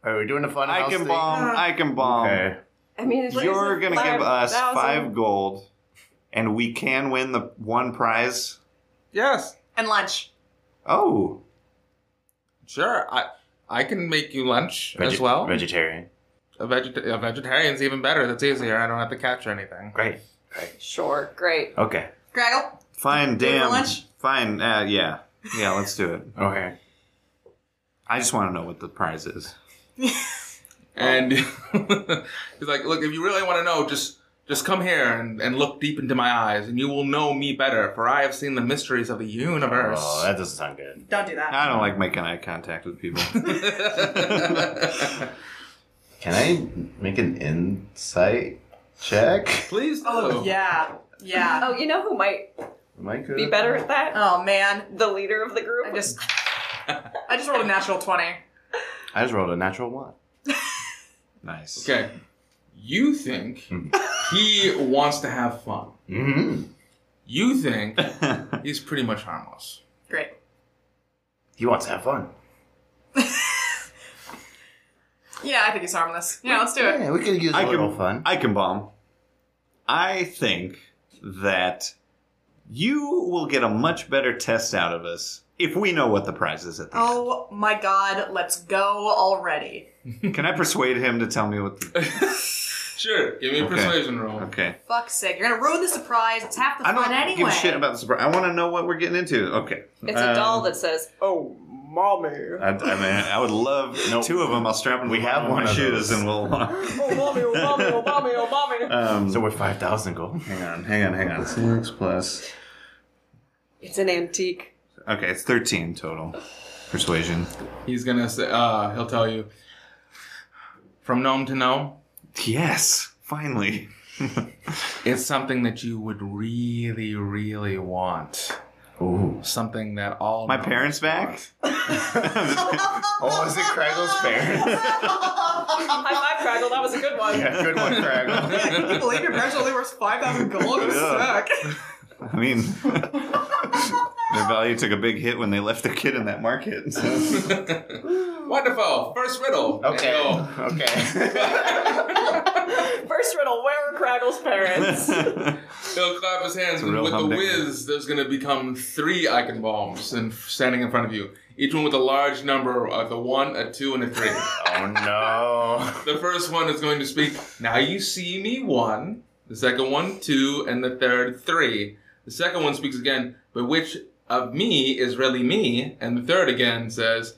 Are we doing a fun
I
house
can
thing?
bomb. I can bomb.
Okay.
I mean, it's
You're gonna give us
5,000.
five gold, and we can win the one prize.
Yes,
And lunch.
Oh,
sure. I I can make you lunch as
Vege-
well.
Vegetarian.
a, vegeta- a vegetarian's even better. That's easier. I don't have to catch anything.
Great.
Sure, great.
Okay.
Graggle.
fine.
Do it for
Damn.
lunch?
Fine. Uh, yeah. Yeah. Let's do it.
Okay.
I just want to know what the prize is.
and (laughs) he's like, "Look, if you really want to know, just just come here and, and look deep into my eyes, and you will know me better, for I have seen the mysteries of the universe."
Oh, that doesn't sound good.
Don't do that.
I don't like making eye contact with people.
Can I make an insight (laughs)
(laughs)
check?
Please.
Oh,
do.
yeah. Yeah.
Oh, you know who might
Am I good?
be better at that?
Oh, man.
The leader of the group.
I just. I just rolled a natural 20.
I just rolled a natural one.
(laughs) Nice.
Okay. You think
Hmm.
he wants to have fun.
Mm-hmm.
You
(laughs)
think he's pretty much harmless.
Great.
He wants to have fun.
Yeah, I think he's harmless. Yeah, let's do it.
we could use a
I
little
can
fun.
I can bomb. I think that you will get a much better test out of us if we know what the prize is at the
Oh my god, let's go already.
end. Can I persuade him to tell me what? The...
Sure. Give me a
Okay.
persuasion roll.
Okay.
Fuck's sake, you're gonna ruin the surprise. It's half the
I
fun
don't
anyway.
give a shit about the surprise. I want to know what we're getting into. Okay.
It's a doll
Um,
that says, "Oh, mommy."
I, I mean, I would love
Nope.
two of them. I'll strap them.
We
to
have
my
one of
shoes,
those.
and we'll.
Oh, mommy! Oh, mommy! Oh, mommy! Oh, mommy!
um,
So we're 5,000 gold.
hang on, hang on, hang on. Six plus.
It's an antique.
Okay, it's thirteen total. Persuasion.
He's gonna say. Uh, he'll tell you. From gnome to gnome,
Yes, finally. (laughs)
it's something that you would really, really want.
Ooh.
Something that all
My
gnomes
parents back?
want.
Oh, is it Craggle's parents?
High five, Craggle. That was a good one.
yeah, (laughs) good one, Craggle.
I can't believe your parents only worth 5,0and gold. You
(laughs) Oh, Yeah.
suck.
I mean, their value took a big hit when they left their kid in that market. (laughs) so.
Wonderful. First riddle. Let's
(laughs) Okay.
go.
Okay.
First riddle: Where are Craggle's
(laughs)
parents?
He'll clap his hands,
It's a
and
real
with the
humdinger.
whiz, there's going to become three icon bombs and standing in front of you. Each one with a large number, uh, the one, a two, and a three.
(laughs) oh, no.
the first one is going to speak. Now you see me one. The second one two, and the third three. The second one speaks again. But which of me is really me? And the third again says,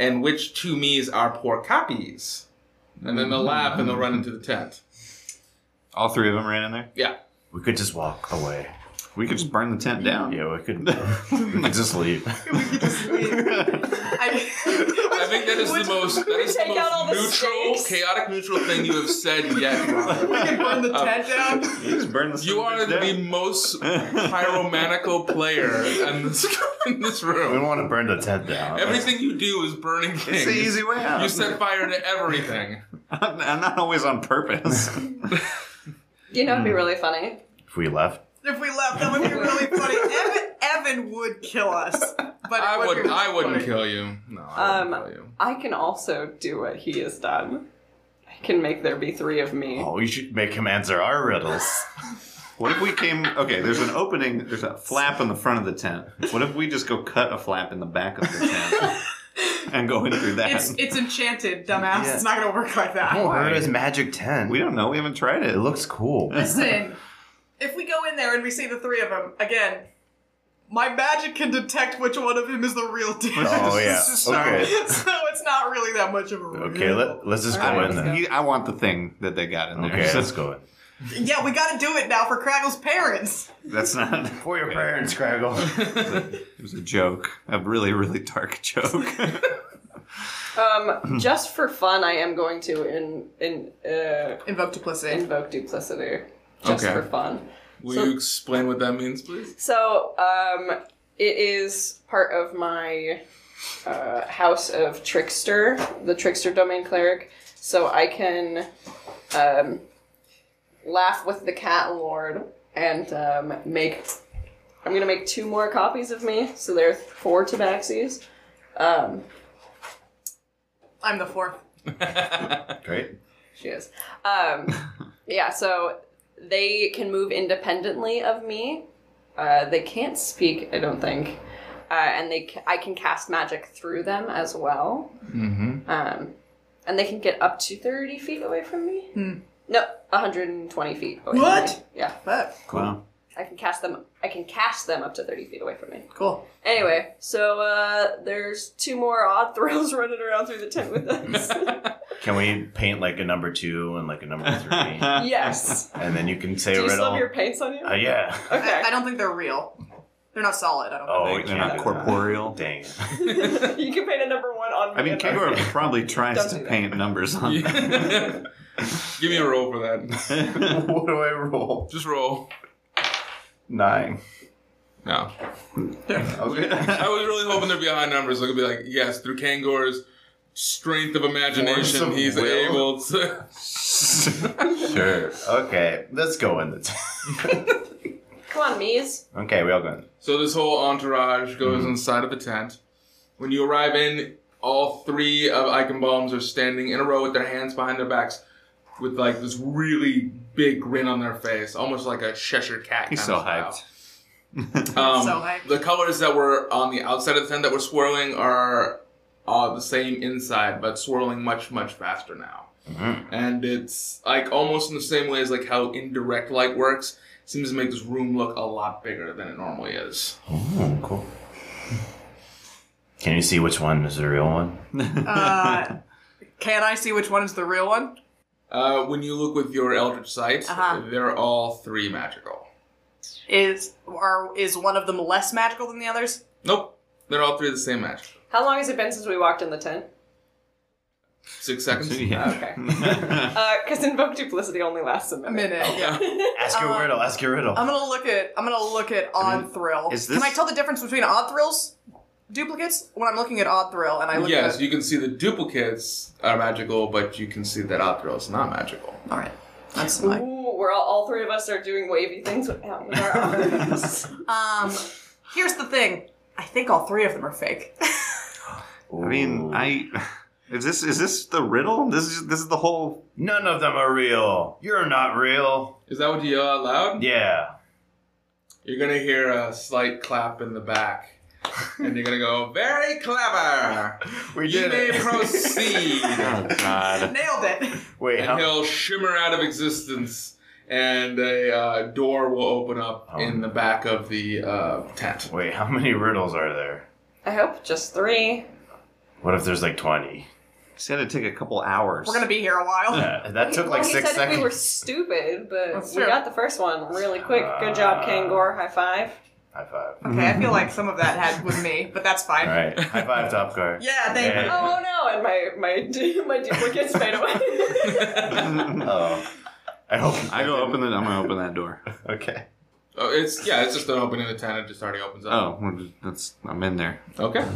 and which two me's are poor copies? And then they'll laugh and they'll run into the tent.
All three of them ran in there.
Yeah.
We could just walk away.
We could just burn the tent down.
Yeah, we could, (laughs) we could just leave. (laughs)
(laughs) I,
I think that is the
Which-
most, that is the
take out all
most
the
neutral,
stakes.
chaotic neutral thing you have said yet. Robert.
We can burn the tent down.
Uh, You just burn the
You are
down.
the most pyromanical player in this, in this
We don't
room.
want to burn the tent down.
Everything you do is burning
It's
things.
the easy way out.
You set fire to everything.
I'm (laughs) I'm not always on purpose. (laughs)
you know, it'd
Hmm.
be really funny.
If we left,
If we left, that would be really (laughs) funny. Evan, Evan would kill us. But it
I
would be
would. I wouldn't
funny.
kill you. No, I wouldn't
Um,
kill you.
I can also do what he has done. I can make there be three of me.
(laughs)
oh, you should make him answer our riddles.
What if we came? Okay, there's an opening. There's a flap in the front of the tent. What if we just go cut a flap in the back of the tent
(laughs)
and go in through that?
It's, it's enchanted, dumbass.
Yeah.
It's not gonna work like that. (laughs)
Oh, (laughs) where is Magic Ten?
we don't know. We haven't tried it.
It looks cool.
Listen, (laughs) if we go in there and we see the three of them again, my magic can detect which one of them is the real deal. (laughs)
Oh yeah. Okay.
so it's not really that much of a
Okay. Let, let's just go
Alright,
in
let's
there.
He- I want the thing that they got in there. (laughs)
Okay. Let's go in.
Yeah, we gotta do it now for Craggle's parents.
That's not.
For your parents, Craggle.
It was a joke. A really, really dark (laughs) joke.
Um, just for fun, I am going to in in uh,
Invoke duplicity.
invoke duplicity. Just
Okay.
for fun.
Will
so-
you explain what that means, (laughs) please?
So um, it is part of my uh, house of trickster, the trickster domain cleric. So I can um, laugh with the cat lord and um, make. I'm gonna make two more copies of me, so there are four tabaxis. Um,
I'm the fourth.
(laughs) Great.
She is. Um, yeah, so they can move independently of me. Uh, they can't speak, I don't think. Uh, and they, ca- I can cast magic through them as well.
Mm-hmm.
Um, and they can get up to 30 feet away from me. No, 120 feet away
What?
from me. Yeah,
But
Wow.
I can cast them. I can cast them up to 30 feet away from me.
cool.
Anyway, so uh, there's two more odd (laughs) throws running around through the tent with us.
Can we paint like a number two and like a number three,
(laughs) yes.
and then you can say
Do
a
you still
riddle?
have your paints on you?
Uh, yeah.
okay.
I, I don't think they're real. They're not solid. I don't.
Oh, we
think.
they, are
can't
not
do that.
corporeal.
Dang
(laughs)
it.
you can paint a number one on.
I mean,
Mando's.
Kagura probably tries
Don't
to
do that.
paint numbers on
Give me a roll for that. (laughs)
that.
What do I roll?
Just roll.
Nine.
No.
I was gonna-
I was really hoping there'd be high numbers. I could be like, yes, through Kangor's strength of
Force
imagination,
of
he's
will.
able to.
(laughs) Sure. Okay, let's go in the.
Come on, Mies.
(laughs) okay, we all go in.
So this whole entourage goes
Mm-hmm.
inside of a tent. When you arrive in, all three of Eichenbaum's are standing in a row with their hands behind their backs, with like this really big grin on their face, almost like a Cheshire cat.
He's
kind
so
of style.
(laughs) hyped.
Um,
So hyped.
The colors that were on the outside of the tent that were swirling are uh, the same inside, but swirling much, much faster now.
Mm-hmm.
And it's like almost in the same way as like how indirect light works. Seems to make this room look a lot bigger than it normally is.
Oh, cool. Can you see which one is the real one?
Uh, (laughs) can I see which one is the real one?
Uh, when you look with your eldritch sight,
Uh-huh.
they're all three magical.
Is are is one of them less magical than the others?
Nope, they're all three the same magic.
How long has it been since we walked in the tent?
Six seconds.
(laughs)
Okay. Uh, Because invoke duplicity only lasts a minute.
A minute. Yeah.
Ask your riddle. Ask your riddle.
(laughs) I'm gonna look at I'm gonna look at Odd Thrill.
is
Can
this-
I tell the difference between Odd Thrill's duplicates when I'm looking at Odd Thrill and I look
Yes,
at?
you can see the duplicates are magical, but you can see that Outthrow is not magical.
All right. That's fine.
Ooh, we're all, all three of us are doing wavy things with, out with our
(laughs)
arms.
Um, here's the thing. I think all three of them are fake. (laughs)
I mean, I is this is this the riddle? This is this is the whole.
None of them are real. You're not real.
Is that what you yell out loud?
Yeah.
You're gonna hear a slight clap in the back, and you're gonna go, "Very clever."
We
You may (laughs) proceed,
Oh God!
Nailed it.
Wait,
and
how?
he'll shimmer out of existence, and a uh, door will open up
Oh.
in the back of the uh, tent.
Wait, how many riddles are there?
I hope just three.
What if there's like twenty?
It's gonna take a couple hours.
We're gonna be here a
(laughs)
while.
Uh, that took like
well,
six
he said
seconds.
we were stupid, but
That's
we
true.
got the first one really quick.
Uh,
Good job, Kangor. High five.
High five. All
Okay, I feel like some of that had was me, but that's fine.
(laughs)
right. High five, Top Guard.
Yeah, thank
Yeah.
you.
Oh no! And my (laughs) my my duplicates fade away.
(laughs) Oh. I hope.
I go open the. I'm gonna open that door.
Okay.
Oh, it's yeah, it's just an opening in the tent. It just already opens up.
Oh, we're just- that's I'm in there.
Okay.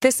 This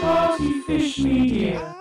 Party Fish Media.